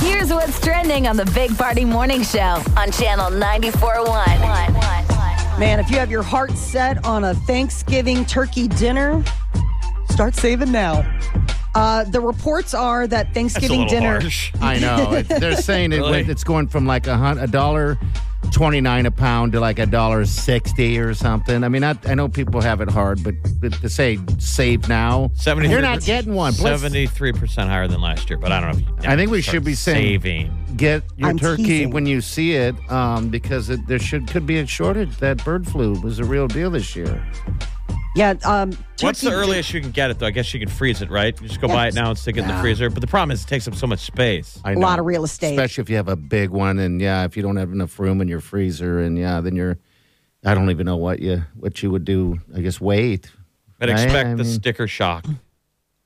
Here's what's trending on the Big Party Morning Show on Channel 94.1. Man, if you have your heart set on a Thanksgiving turkey dinner, start saving now. Uh, the reports are that Thanksgiving dinner. Harsh. I know. It- They're saying it, went it's going from like a hun- a dollar twenty nine a pound to like a dollar sixty or something. I mean, I, I know people have it hard, but but to say save now, 73 you're not getting one. Plus, Seventy-three percent higher than last year, but I don't know. if you I think we start should be saying- saving. get your I'm turkey teasing. when you see it, um, because it, there should could be a shortage. That bird flu was a real deal this year. Yeah. Um, What's the turkey- earliest you can get it though? I guess you can freeze it, right? You just go buy it Yes. now and stick it in the freezer. But the problem is it takes up so much space. I A know. lot of real estate. especially if you have a big one, and yeah, if you don't have enough room in your freezer, and yeah, then you're. I don't even know what you what you would do. I guess wait. But Right? expect I the mean- sticker shock.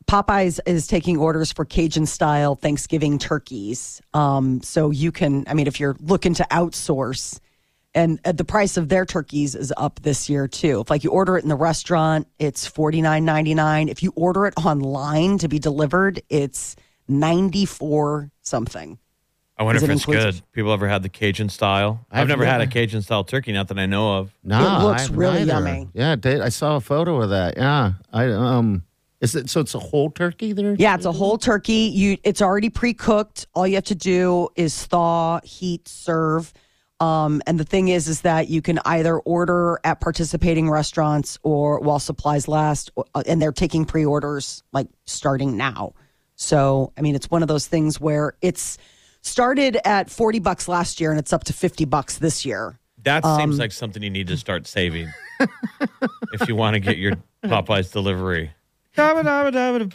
Popeyes is taking orders for Cajun style Thanksgiving turkeys. Um, so you can, I mean, if you're looking to outsource, and uh, the price of their turkeys is up this year too. If like you order it in the restaurant, it's forty nine ninety nine. If you order it online to be delivered, it's ninety four something. I wonder Is if it it's inclusive? good. People ever had the Cajun style? I've, I've never had a never. Cajun style turkey, not that I know of. Nah, It looks I've really neither. yummy. Yeah, it did. I saw a photo of that. Yeah, I um, is it so? It's a whole turkey there. Yeah, it's a whole turkey. You, it's already pre-cooked. All you have to do is thaw, heat, serve. Um, and the thing is, is that you can either order at participating restaurants or while supplies last, or- uh, and they're taking pre-orders like starting now. So, I mean, it's one of those things where it's started at forty bucks last year, and it's up to fifty bucks this year. That seems like something you need to start saving if you want to get your Popeyes delivery. Dabba dabba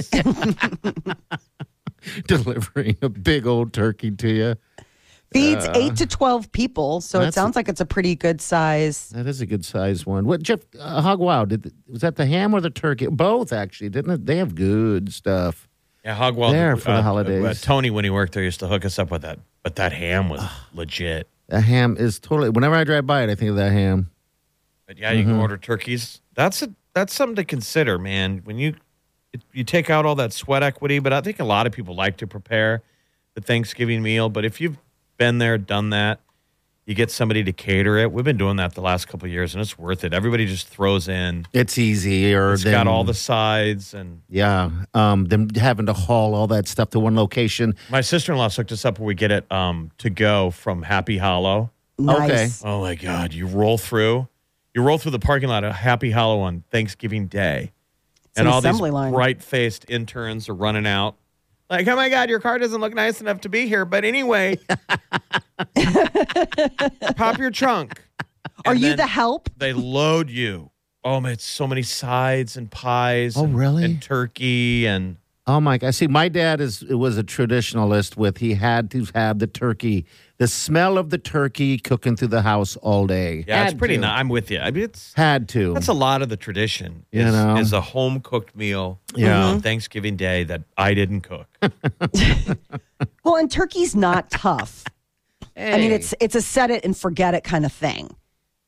dabba to Popeyes. delivering a big old turkey to you. Feeds eight to twelve people, so it That's- sounds like it's a pretty good size. That is a good sized one. What Jeff uh, Hog Wow did? Was that the ham or the turkey? Both actually, didn't it? They have good stuff. Yeah, Hogwell. uh, There for the holidays. Tony, when he worked there, used to hook us up with that. But that ham was legit. That ham is totally. Whenever I drive by it, I think of that ham. But yeah, you Mm-hmm. can order turkeys. That's a, that's something to consider, man. When you it, you take out all that sweat equity, but I think a lot of people like to prepare the Thanksgiving meal. But if you've been there, done that, you get somebody to cater it. We've been doing that the last couple of years, and it's worth it. Everybody just throws in. It's easier. It's than, got all the sides, and Yeah, um, them having to haul all that stuff to one location. my sister in law hooked us up where we get it um, to go from Happy Hollow. Nice. Okay. Oh my God! You roll through, you roll through the parking lot at Happy Hollow on Thanksgiving Day, an and all these assembly line. bright-faced interns are running out. Like, oh my God, your car doesn't look nice enough to be here. But anyway, pop your trunk. Are And you then the help? They load you. Oh man, it's so many sides and pies. Oh, and- really? And turkey and Oh my God! See, my dad is was a traditionalist. With he had to have the turkey, the smell of the turkey cooking through the house all day. yeah, it's Had pretty. to. Nice. I'm with you. I mean, it's Had to. That's a lot of the tradition. You Is, know? is a home cooked meal Yeah. Mm-hmm. on Thanksgiving Day that I didn't cook. Well, and turkey's not tough. I mean, Hey. it's it's a set it and forget it kind of thing.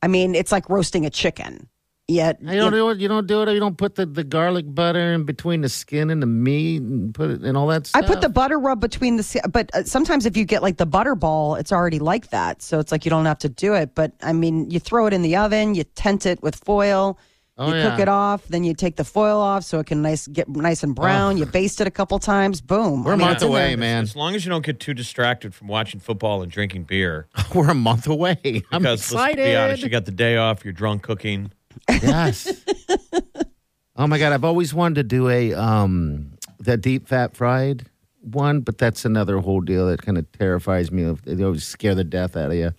I mean, it's like roasting a chicken. Yet, You don't do it. You don't do it. You don't put the, the garlic butter in between the skin and the meat, and put it and all that I stuff. put the butter rub between the, se- but uh, sometimes if you get like the butter ball, it's already like that. So it's like you don't have to do it. But I mean, you throw it in the oven, you tent it with foil, Oh, you cook yeah. it off, then you take the foil off so it can nice get nice and brown. You baste it a couple times, boom. We're I a mean, month it's in away, there. man. As long as you don't get too distracted from watching football and drinking beer. We're a month away. I'm Because let's excited. be honest, you got the day off, you're drunk cooking. yes. oh my god! I've always wanted to do a um the deep fat fried one, but that's another whole deal that kind of terrifies me. They always scare the death out of you.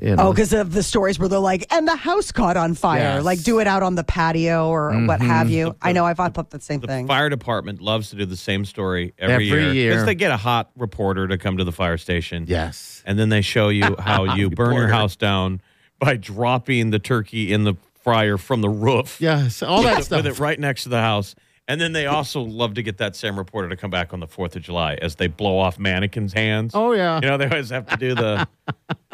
You know. Oh, because of the stories where they're like, and the house caught on fire. Yes. Mm-hmm. Like, do it out on the patio or what have you. I know, I've thought the same The thing. fire department loves to do the same story every, Every year. year. they get a hot reporter to come to the fire station. yes. And then they show you how you burn your house down by dropping the turkey in the fryer from the roof. Yes. All that with, stuff. with it right next to the house. And then they also love to get that same reporter to come back on the 4th of July as they blow off mannequins' hands. Oh, yeah. You know, they always have to do the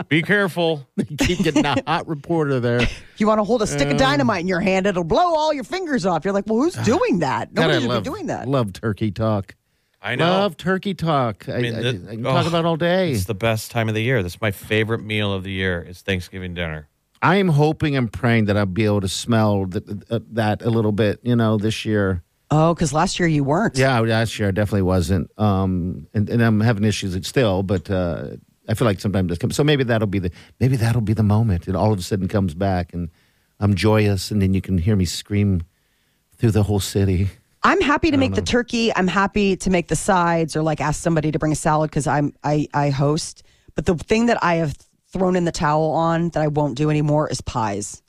be careful. Keep getting a hot reporter there. If you want to hold a Mm. stick of dynamite in your hand, it'll blow all your fingers off. You're like, well, who's doing that? God, I Nobody should love, be doing that. Love turkey talk. I know. Love turkey talk. I, mean, I- the- I can talk oh, about all day. It's the best time of the year. That's my favorite meal of the year is Thanksgiving dinner. I am hoping and praying that I'll be able to smell th- uh, that a little bit, you know, this year. Oh, because last year you weren't. Yeah, last year I definitely wasn't. Um, and, and I'm having issues still, but uh, I feel like sometimes this comes. So maybe that'll be the maybe that'll be the moment. It all of a sudden comes back, and I'm joyous, and then you can hear me scream through the whole city. I'm happy to make the turkey. I'm happy to make the sides or like ask somebody to bring a salad because I'm I, I host. But the thing that I have thrown in the towel on that I won't do anymore is pies.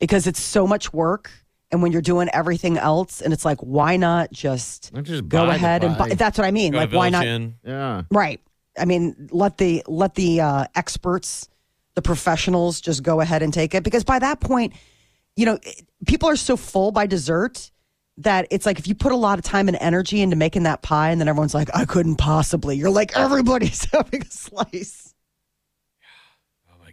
Because it's so much work and when you're doing everything else and it's like why not just, Or just buy go the ahead and pie. buy that's what I mean. Go to like why Village not Inn. Yeah, Right. I mean, let the let the uh, experts, the professionals, just go ahead and take it because by that point, you know, it- people are so full by dessert that it's like if you put a lot of time and energy into making that pie, and then everyone's like, "I couldn't possibly." You're like, everybody's having a slice.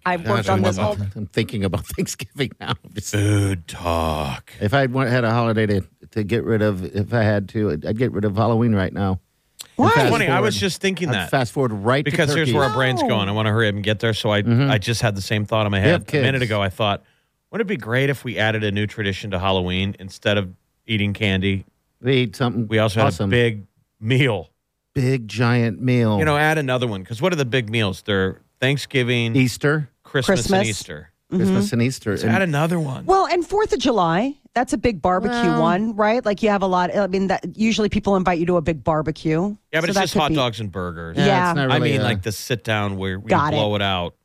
I worked on this whole. I'm thinking about Thanksgiving now. Food talk. If I wa- had a holiday to, to get rid of, if I had to, I'd get rid of Halloween right now. It's Fast funny. I was forward. just thinking I'd that. fast forward right to because here's where turkey. our brain's going. I want to hurry up and get there. So I, I just had the same thought in my Mm-hmm. have head a kids. minute ago. I thought, wouldn't it be great if we added a new tradition to Halloween instead of eating candy? we eat something. We also had awesome. a big meal. big giant meal. You know, add another one because what are the big meals? They're Thanksgiving, Easter, Christmas, and Christmas. Easter. Mm-hmm. Christmas, and Easter. Let's And- add another one. Well, and Fourth of July, that's a big barbecue one, right? Like you have a lot. I mean, that usually people invite you to a big barbecue. yeah, but So it's that just could hot be- dogs and burgers. Yeah. uh, it's not I really mean, a- like the sit down where we Got it. blow it. out.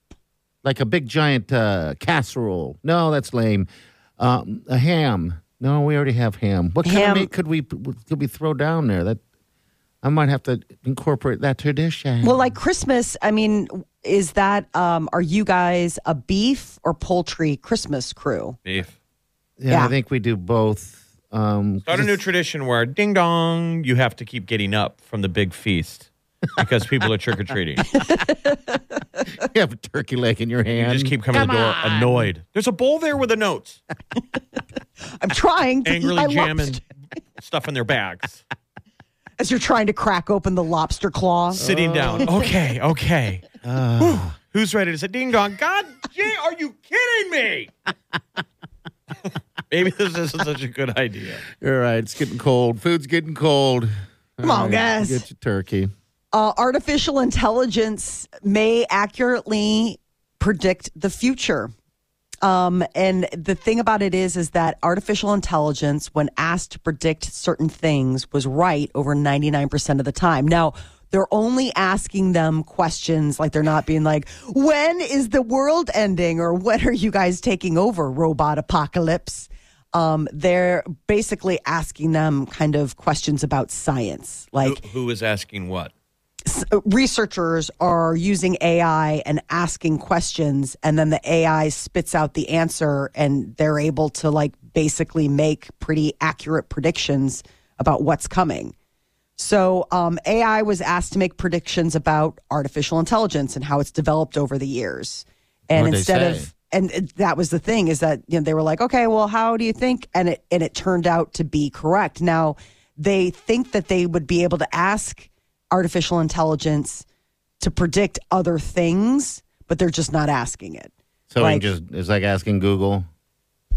like a big giant uh, casserole. No, that's lame. Um, a ham. No, we already have ham. What kind Ham. of meat could we could we throw down there? That I might have to eh? incorporate that tradition. Well, like Christmas, I mean, is that um are you guys a beef or poultry Christmas crew? Beef. yeah, I yeah. think we do both. Um, Start a new tradition where ding dong, you have to keep getting up from the big feast because people are trick or treating. you have a turkey leg in your You hand. just keep coming to the door annoyed. There's a bowl there with the notes, I'm trying to eat angrily my jamming lobster stuff in their bags, as you're trying to crack open the lobster claw. sitting down. Okay, okay. Uh. Whew. Who's ready to say ding dong? God, gee, are you kidding me? Maybe this isn't such a good idea. All right, it's getting cold. Food's getting cold. Come on, guys. Get your turkey. Uh, artificial intelligence may accurately predict the future. Um, and the thing about it is, is that artificial intelligence, when asked to predict certain things, was right over 99% of the time. Now, they're only asking them questions like they're not being like, when is the world ending? Or when are you guys taking over, robot apocalypse? Um, they're basically asking them kind of questions about science. Like, Who is asking what? researchers are using AI and asking questions, and then the AI spits out the answer, and they're able to like basically make pretty accurate predictions about what's coming. So, um, AI was asked to make predictions about artificial intelligence and how it's developed over the years. And What'd they instead say? of and it- that was the thing is that you know they were like, okay, well, how do you think? And it and it turned out to be correct. Now they think that they would be able to ask artificial intelligence to predict other things, but they're just not asking it. So Like- we can just it's like asking Google.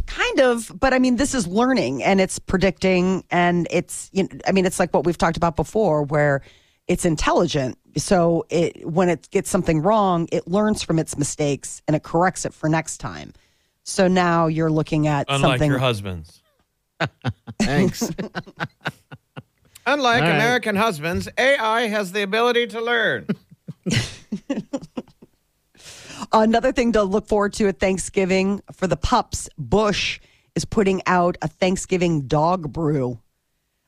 Kind of, but I mean, this is learning and it's predicting, and it's you know, I mean, it's like what we've talked about before, where it's intelligent. So it when it gets something wrong, it learns from its mistakes and it corrects it for next time. So now you're looking at Unlike something. your husbands. Thanks. Unlike All right. American husbands, AI has the ability to learn. Another thing to look forward to at Thanksgiving for the pups, Bush is putting out a Thanksgiving dog brew,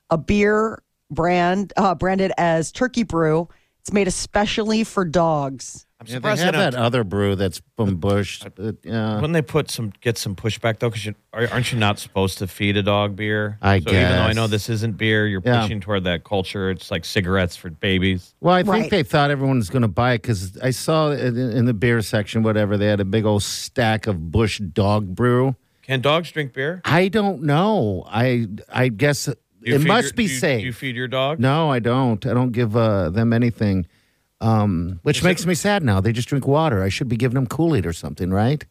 a beer brand uh, branded as Turkey Brew. It's made especially for dogs. I'm Yeah, they surprised have they don't- that other brew that's from Bush. Uh, yeah. Wouldn't they put some get some pushback though? Because aren't you not supposed to feed a dog beer? I so Even though I guess. know this isn't beer, you're Yeah. pushing toward that culture. It's like cigarettes for babies. Well, I think Right. they thought everyone was going to buy it because I saw it in in the beer section, whatever, they had a big old stack of Bush dog brew. Can dogs drink beer? I don't know. I I guess Do you it feed must your- be do you, safe. Do you feed your dog? no, I don't. I don't give uh, them anything, um, which makes me sad now. They just drink water. I should be giving them Kool Aid or something, right?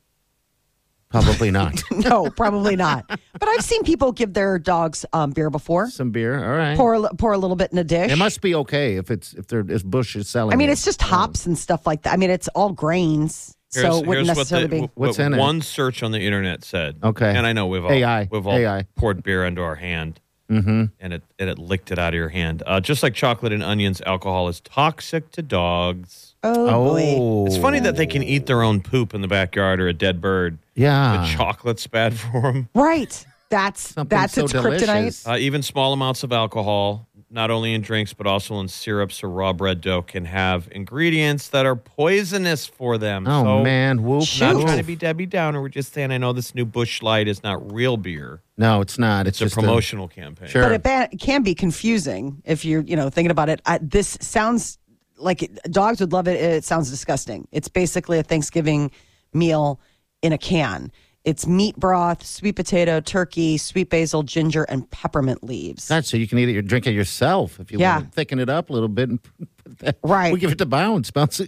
Probably not. No, probably not. But I've seen people give their dogs um, beer before. Some beer. All right. Pour a, li- pour a little bit in a dish. It must be okay if it's if they're if Bush is selling. I mean, it. it's just hops and stuff like that. I mean, it's all grains, so it wouldn't necessarily what the, be. wh- What's what in it? one search on the internet said. Okay. And I know we've all AI, we've all AI. poured beer into our hand, Mm-hmm. and it and it licked it out of your hand. Uh, just like chocolate and onions, alcohol is toxic to dogs. Oh, boy. oh, It's funny that they can eat their own poop in the backyard or a dead bird. Yeah, The chocolate's bad for them. right. That's Something that's so its delicious. kryptonite. Uh, even small amounts of alcohol, not only in drinks but also in syrups or raw bread dough, can have ingredients that are poisonous for them. Oh so, man, whoop! Not whoop. trying to be Debbie Downer. We're just saying I know this new Bush Light is not real beer. No, it's not. It's, It's, a just promotional campaign. Sure. But it ba- it can be confusing if you're, you know, thinking about it. I, this sounds like it, dogs would love it. It sounds disgusting. It's basically a Thanksgiving meal in a can. It's meat broth, sweet potato, turkey, sweet basil, ginger, and peppermint leaves. That's so you can eat it, you drink it yourself if you Yeah. want to thicken it up a little bit. And put that, Right. We give it to Bounce. Bounce.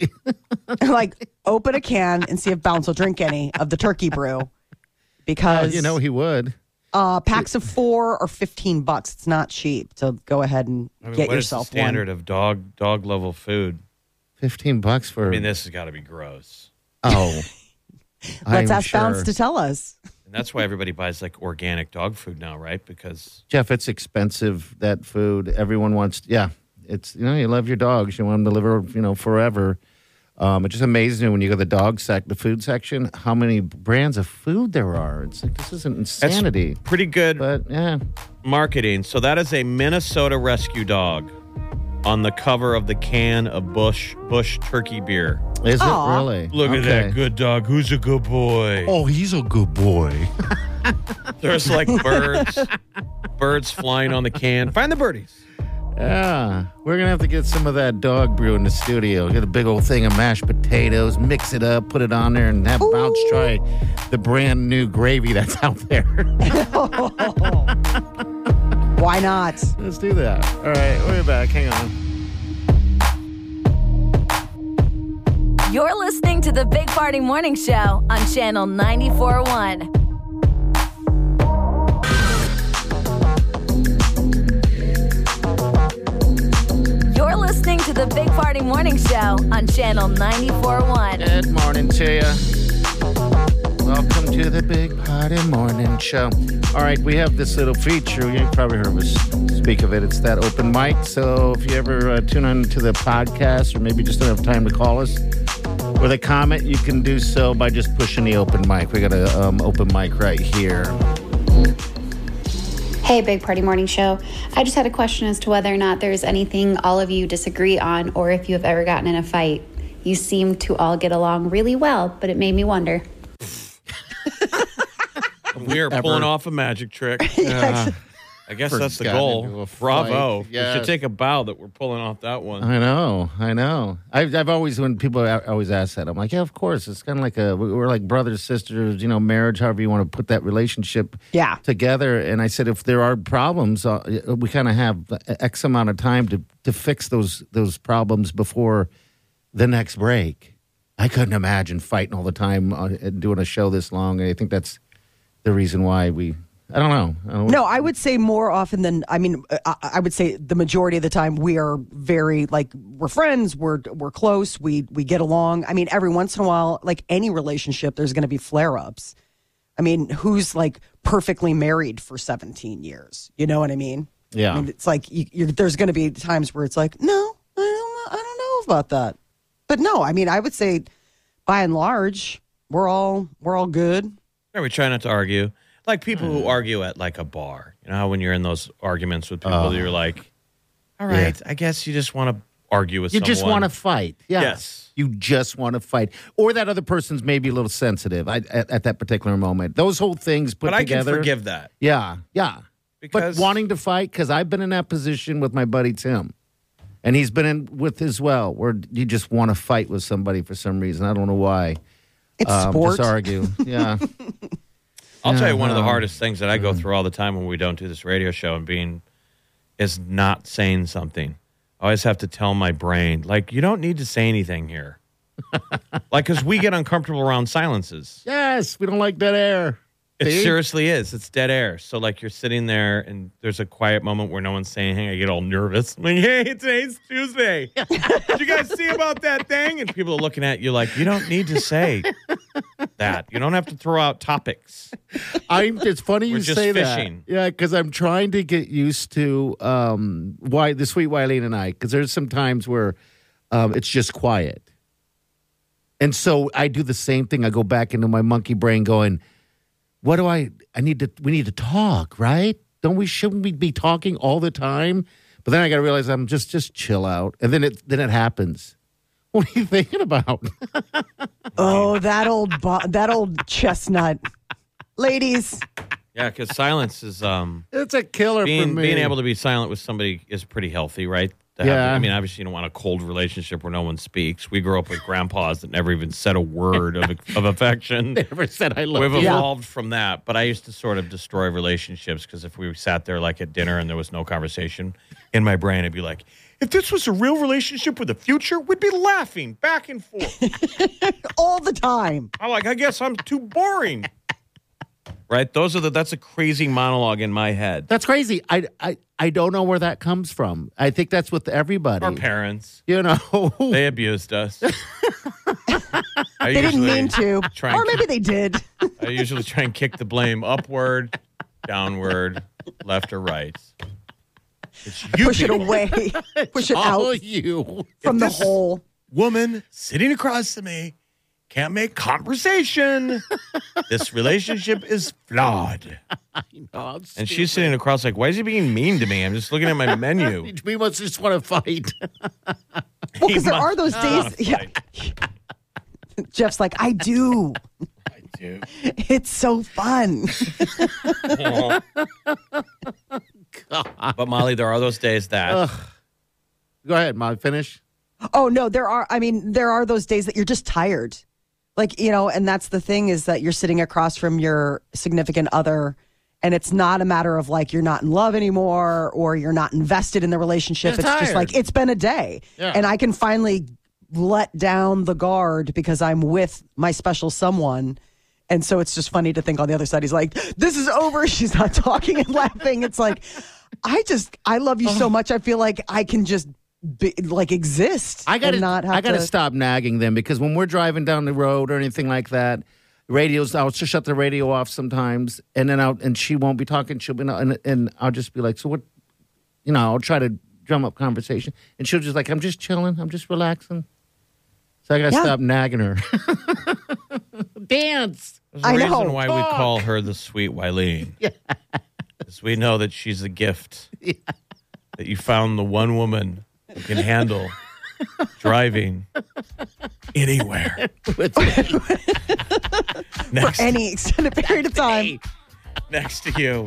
like, open a can and see if Bounce will drink any of the turkey brew because you know he would. Uh, packs of four or fifteen bucks. It's not cheap. So go ahead and I mean, get what is yourself the standard of dog dog level food? Fifteen bucks for. I mean, this has got to be gross, oh. one. Let's I'm ask Bounce sure. to tell us. and that's why everybody buys like organic dog food now, right? Because Jeff, it's expensive that food. Everyone wants, yeah. It's you know you love your dogs, you want them to live you know forever. Um, it just amazes me when you go to the dog sec, the food section, how many brands of food there are. It's like this isn't that's insanity, pretty good but yeah, marketing. So that is a Minnesota rescue dog on the cover of the can of Bush Bush turkey beer. is Aw. it really? Look at Okay. that good dog. Who's a good boy? Oh, he's a good boy. There's like birds, birds flying on the can. Find the birdies. Yeah, we're gonna have to get some of that dog brew in the studio. Get a big old thing of mashed potatoes, mix it up, put it on there, and have Bounce try the brand new gravy that's out there. Why not? Let's do that. All right, we're back. Hang on. You're listening to the Big Party Morning Show on Channel 941. You're listening to the Big Party Morning Show on Channel 941. Good morning to you. Welcome to the Big Party Morning Show. All right, we have this little feature. You probably heard us speak of it. It's that open mic. So if you ever uh, tune on to the podcast or maybe just don't have time to call us with a comment, you can do so by just pushing the open mic. We got a um, open mic right here. Hey, Big Party Morning Show. I just had a question as to whether or not there's anything all of you disagree on or if you have ever gotten in a fight. You seem to all get along really well, but it made me wonder. We are pulling off a magic trick. Uh, I guess that's the Gotten into goal. a fight. Bravo. We Yes. Uh-huh. should take a bow that we're pulling off that one. I know, I know. I've, I've always when people a- always ask that, I'm like, yeah, of course. It's kind of like a we- we're like brothers, sisters, you know, marriage, however you want to put that relationship, Yeah. together. And I said, if there are problems, uh, we kind of have X amount of time to to fix those those problems before the next break. I couldn't imagine fighting all the time uh, and doing a show this long, and I think that's the reason why we. I don't know. I don't No, I would say more often than I mean, I, I would say the majority of the time we are very like we're friends, we're we're close, we we get along. I mean, every once in a while, like any relationship, there's going to be flare ups. I mean, who's like perfectly married for 17 years? You know what I mean? Yeah. I mean, it's like you, you're, there's going to be times where it's like, no, I don't, I don't know about that. But no, I mean, I would say by and large, we're all we're all good. Yeah, we try not to argue. Like people who Uh-huh. argue at like a bar. You know how when you're in those arguments with people, you're like, all Uh-huh. Yeah. right, I guess you just want to argue with You someone. just want to fight. Yeah. Yes. You just want to fight. Or that other person's maybe a little sensitive I, at, at that particular moment. Those whole things put But I can together. forgive that. Yeah. Yeah. Because- but wanting to fight, because I've been in that position with my buddy Tim. And he's been in with as well, where you just want to fight with somebody for some reason. I don't know why. It's Um, sport. Just argue. Yeah. I'll tell you one of the Uh-huh. hardest things that I go through all the time when we don't do this radio show and being is not saying something. I always have to tell my brain, like, you don't need to say anything here. like, because we get uncomfortable around silences. yes. We don't like that air. It See? seriously is. It's dead air. So, like, you're sitting there and there's a quiet moment where no one's saying anything. I get all nervous. I'm like, hey, today's Tuesday. Did you guys see about that thing? And people are looking at you like, you don't need to say that. You don't have to throw out topics. I'm. It's funny you We're just say fishing. that. Yeah, because I'm trying to get used to um why the sweet Wileen and I. Because there's some times where um, it's just quiet, and so I do the same thing. I go back into my monkey brain, going, "What do I? I need to. We need to talk, right? Don't we? Shouldn't we be talking all the time?" But then I got to realize I'm just just chill out, and then it then it happens. What are you thinking about? Oh, that old bo- that old chestnut, ladies. Yeah, because silence is. um it's a killer for being me. being able to be silent with somebody is pretty healthy, right? To Yeah. I mean, obviously, you don't want a cold relationship where no one speaks. We grew up with grandpas that never even said a word of of affection. Never said I love We've you. evolved from that, but I used to sort of destroy relationships because if we sat there like at dinner and there was no conversation in my brain, I'd be like, if this was a real relationship with a future, we'd be laughing back and forth. All the time. I'm like, I guess I'm too boring. right? Those are the, that's a crazy monologue in my head. That's crazy. I, I I don't know where that comes from. I think that's with everybody. Our parents. You know, They abused us. I They didn't usually, mean to. try and Or maybe they did. I usually try and kick the blame upward, downward, left or right. It's you Oh, Push it people, away. Push it all out you. from the this- hole. Woman sitting across to me can't make conversation. this relationship is flawed. And she's sitting across like, why is he being mean to me? I'm just looking at my menu. we must just want to fight. Well, because there are those days. Yeah. Jeff's like, I do. I do. It's so fun. But Molly, there are those days that Go ahead, Molly. Finish. Oh no, there are. I mean, there are those days that you're just tired, like you know, and that's the thing is that you're sitting across from your significant other, and it's not a matter of like you're not in love anymore or you're not invested in the relationship. You're it's just tired. like it's been a day, Yeah. and I can finally let down the guard because I'm with my special someone. And so it's just funny to think on the other side, he's like, this is over. She's not talking and laughing. It's like, I just, I love you Oh. so much. I feel like I can just be, like exist. I gotta and not have I gotta to. stop nagging them because when we're driving down the road or anything like that, radios I'll just shut the radio off sometimes, and then I'll and she won't be talking. She'll be and and I'll just be like, so what? You know, I'll try to drum up conversation, and she'll just like, I'm just chilling, I'm just relaxing. So I gotta Yeah. stop nagging her. Dance. There's a I reason know. why we call her the sweet Wileen. Because we know that she's a gift. That you found the one woman who can handle driving anywhere. With me. Next, any extended period of time. next to you.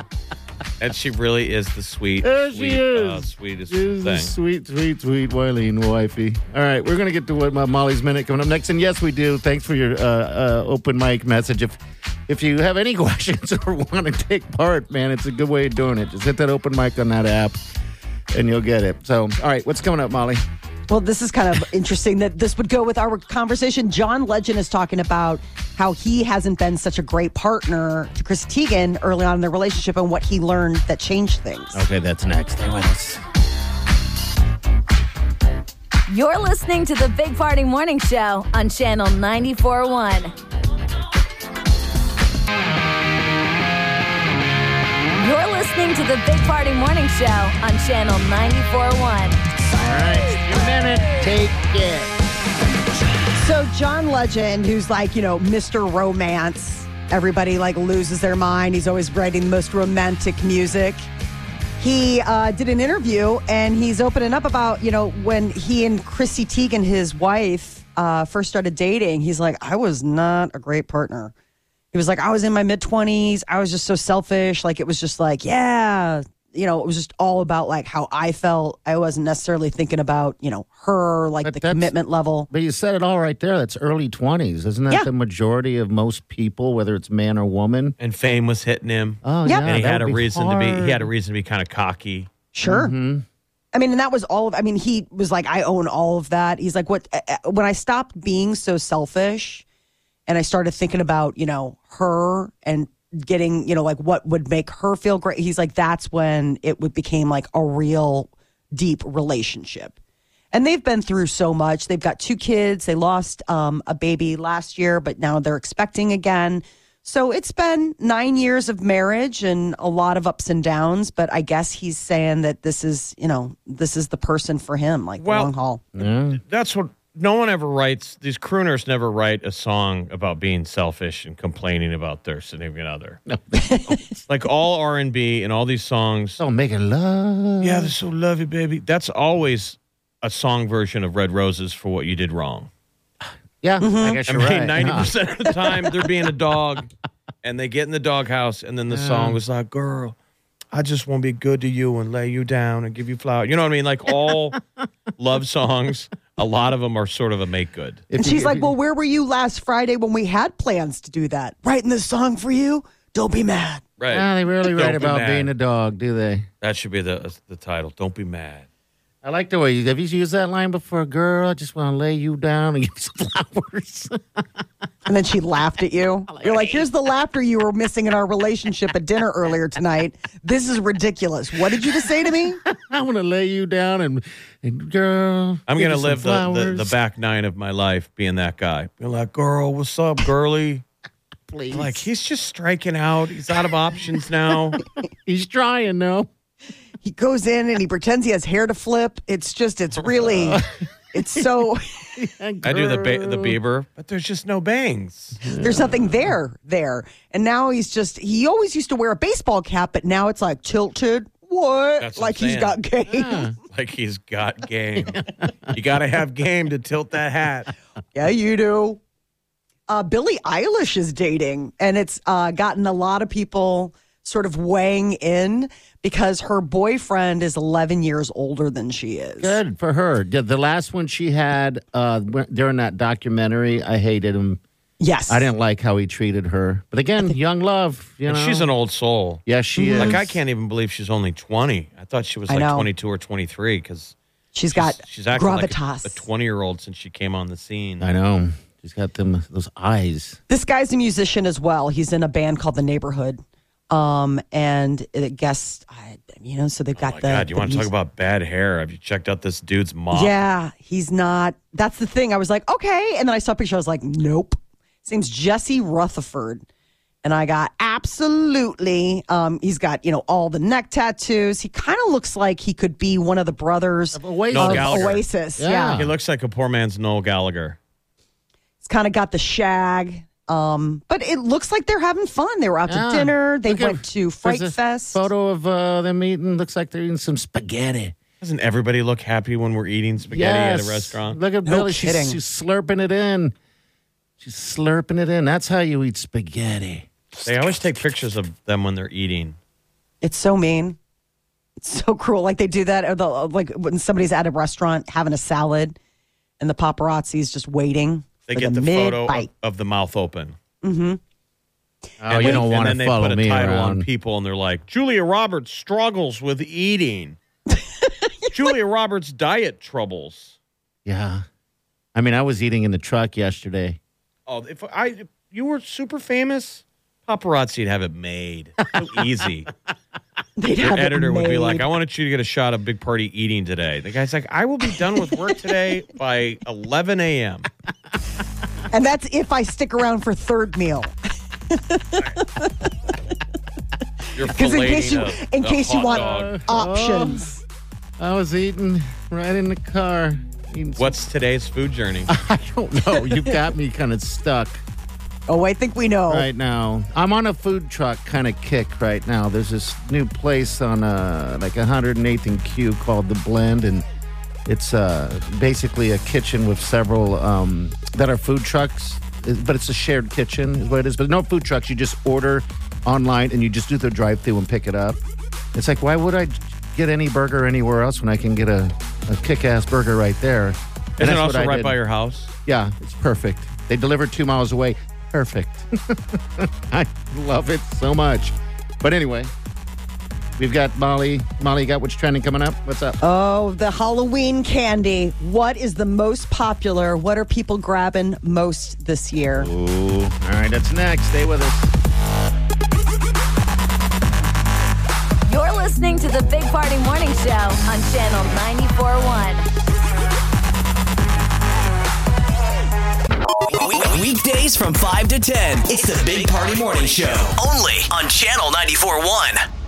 And she really is the sweet, There she sweet Uh, is. sweetest This thing. is sweet, sweet, sweet Wileen wifey. All right, we're going to get to what my Molly's minute coming up next. And yes, we do. Thanks for your uh, uh, open mic message. If if you have any questions or want to take part, man, it's a good way of doing it. Just hit that open mic on that app, and you'll get it. So, all right, what's coming up, Molly? Well, this is kind of interesting that this would go with our conversation. John Legend is talking about how he hasn't been such a great partner to Chris Teigen early on in their relationship and what he learned that changed things. Okay, that's next. Stay with us. You're listening to the Big Party Morning Show on Channel 941. You're listening to the Big Party Morning Show on Channel 941. All right, your minute. Take it. So John Legend, who's like, you know, Mr. Romance. Everybody like loses their mind. He's always writing the most romantic music. He uh, did an interview and he's opening up about, you know, when he and Chrissy Teigen, his wife, uh, first started dating, he's like, I was not a great partner. He was like, I was in my mid 20s. I was just so selfish. Like, it was just like, yeah, you know, it was just all about like how I felt. I wasn't necessarily thinking about, you know, her, like But the that's- commitment level. But you said it all right there. That's early 20s. Isn't that Yeah. the majority of most people, whether it's man or woman? And fame was hitting him. Oh, Yep. yeah. and he that had a would be reason to be. hard. He had a reason to be kind of cocky. Sure. I mean, and that was all of. I mean, he was like, "I own all of that." He's like, "What?" uh, uh, When I stopped being so selfish, and I started thinking about you know her and getting you know like what would make her feel great. He's like, "That's when it would became like a real deep relationship." And they've been through so much. They've got two kids. They lost um, a baby last year, but now they're expecting again. So it's been nine years of marriage and a lot of ups and downs. But I guess he's saying that this is, you know, this is the person for him, like Well- the long haul. That's what no one ever writes. These crooners never write a song about being selfish and complaining about their significant other. No, like all R and B and all these songs. So making love. Yeah, they're so lovey, baby. That's always a song version of Red Roses for what you did wrong. Yeah. I guess I you're mean, right. ninety percent of the time they're being a dog, and they get in the doghouse, and then the song was like, "Girl, I just want to be good to you and lay you down and give you flowers." You know what I mean? Like all love songs, a lot of them are sort of a make good. If and you- she's if like, you- Well, where were you last Friday when we had plans to do that? Writing this song for you? Don't be mad. Right? Ah, they really Don't write be about mad. being a dog, do they? That should be the uh, the title. Don't be mad. I like the way you have you used that line before, girl. I just want to lay you down and give you some flowers. And then she laughed at you. You're like, Here's the laughter you were missing in our relationship at dinner earlier tonight. This is ridiculous. What did you just say to me? I want to lay you down and, and girl. I'm give gonna you some live the, the the flowers, back nine of my life being that guy. Be like, "Girl, what's up, girly?" Please. Like he's just striking out. He's out of options now. He's trying, though. he goes in and he pretends he has hair to flip. It's just, it's really, it's so, I do the ba- the Bieber, but there's just no bangs. there's nothing there, there. And now he's just, he always used to wear a baseball cap, but now it's like tilted. What? That's what like I'm he's saying. got gay. Yeah. Yeah. Like he's got game. you got to have game to tilt that hat. you do. Uh, Billie Eilish is dating, and it's uh, gotten a lot of people sort of weighing in because her boyfriend is 11 years older than she is. Good for her. The, the last one she had uh, during that documentary, I hated him. Yes. I didn't like how he treated her. But again, young love. You And know, she's an old soul. yeah, she is. Like I can't even believe she's only 20. I thought she was I like know. 22 or 23 because She's got she's acting gravitas. like a- a 20 year old since she came on the scene. I know. She's got them those eyes. This guy's a musician as well. He's in a band called The Neighborhood. Um, and I guess, I, you know, so they've got Oh My the. God, you the want to talk mus- about bad hair? Have you checked out this dude's mom? Yeah, he's not. That's the thing. I was like, okay. And then I saw a picture. I was like, nope. His name's Jesse Rutherford. And I got absolutely. Um, he's got you know all the neck tattoos. He kind of looks like he could be one of the brothers Of Oasis. Noel of Gallagher. Oasis. Yeah. yeah. He looks like a poor man's Noel Gallagher. It's kind of got the shag. Um, but it looks like they're having fun. They were out to dinner. They Ah, Look at- went to Fright there's a Fest. Photo of uh, them eating. Looks like they're eating some spaghetti. Doesn't everybody look happy when we're eating spaghetti at Yes. a restaurant? Look at No Billy. kidding. She's, she's slurping it in. She's slurping it in. That's how you eat spaghetti. They always take pictures of them when they're eating. It's so mean. It's so cruel. Like they do that. Or the, like when somebody's at a restaurant having a salad, and the paparazzi is just waiting. They for get the, mid photo of, bite. of the mouth open. Oh, And you then- don't want and to then follow they put a me title around. on people, and they're like, Julia Roberts struggles with eating. Julia Roberts diet troubles. Yeah. I mean, I was eating in the truck yesterday. Oh, if I if you were super famous, paparazzi'd have it made so easy. They'd Your have it editor would be like, made. "I wanted you to get a shot of Big Party eating today." The guy's like, "I will be done with work today by 11 a.m." and that's if I stick around for third meal. You're Because in case you, filleting a- in a case you hot Oh. want dog. options, I was eating right in the car. eating some- What's today's food journey? I don't know. You've got me kind of stuck Oh, I think we know. right now. I'm on a food truck kind of kick right now. There's this new place on uh, like 108th and Q called The Blend, and it's uh, basically a kitchen with several um, that are food trucks, but it's a shared kitchen is what it is. But no food trucks. You just order online and you just do the drive through and pick it up. It's like why would I get any burger anywhere else when I can get a, a kick ass burger right there? And Isn't it that's what also I right did. by your house? Yeah, it's perfect. They deliver two miles away. Perfect. I love it so much. But anyway, we've got Molly. Molly, you got what's trending coming up? What's up? Oh, the Halloween candy. What is the most popular? What are people grabbing most this year? Ooh. All right, that's next. Stay with us. You're listening to the Big Party Morning Show on Channel 94.1. Weekdays from 5 to 10. It's the Big Party Morning Show. Only on Channel 94.1.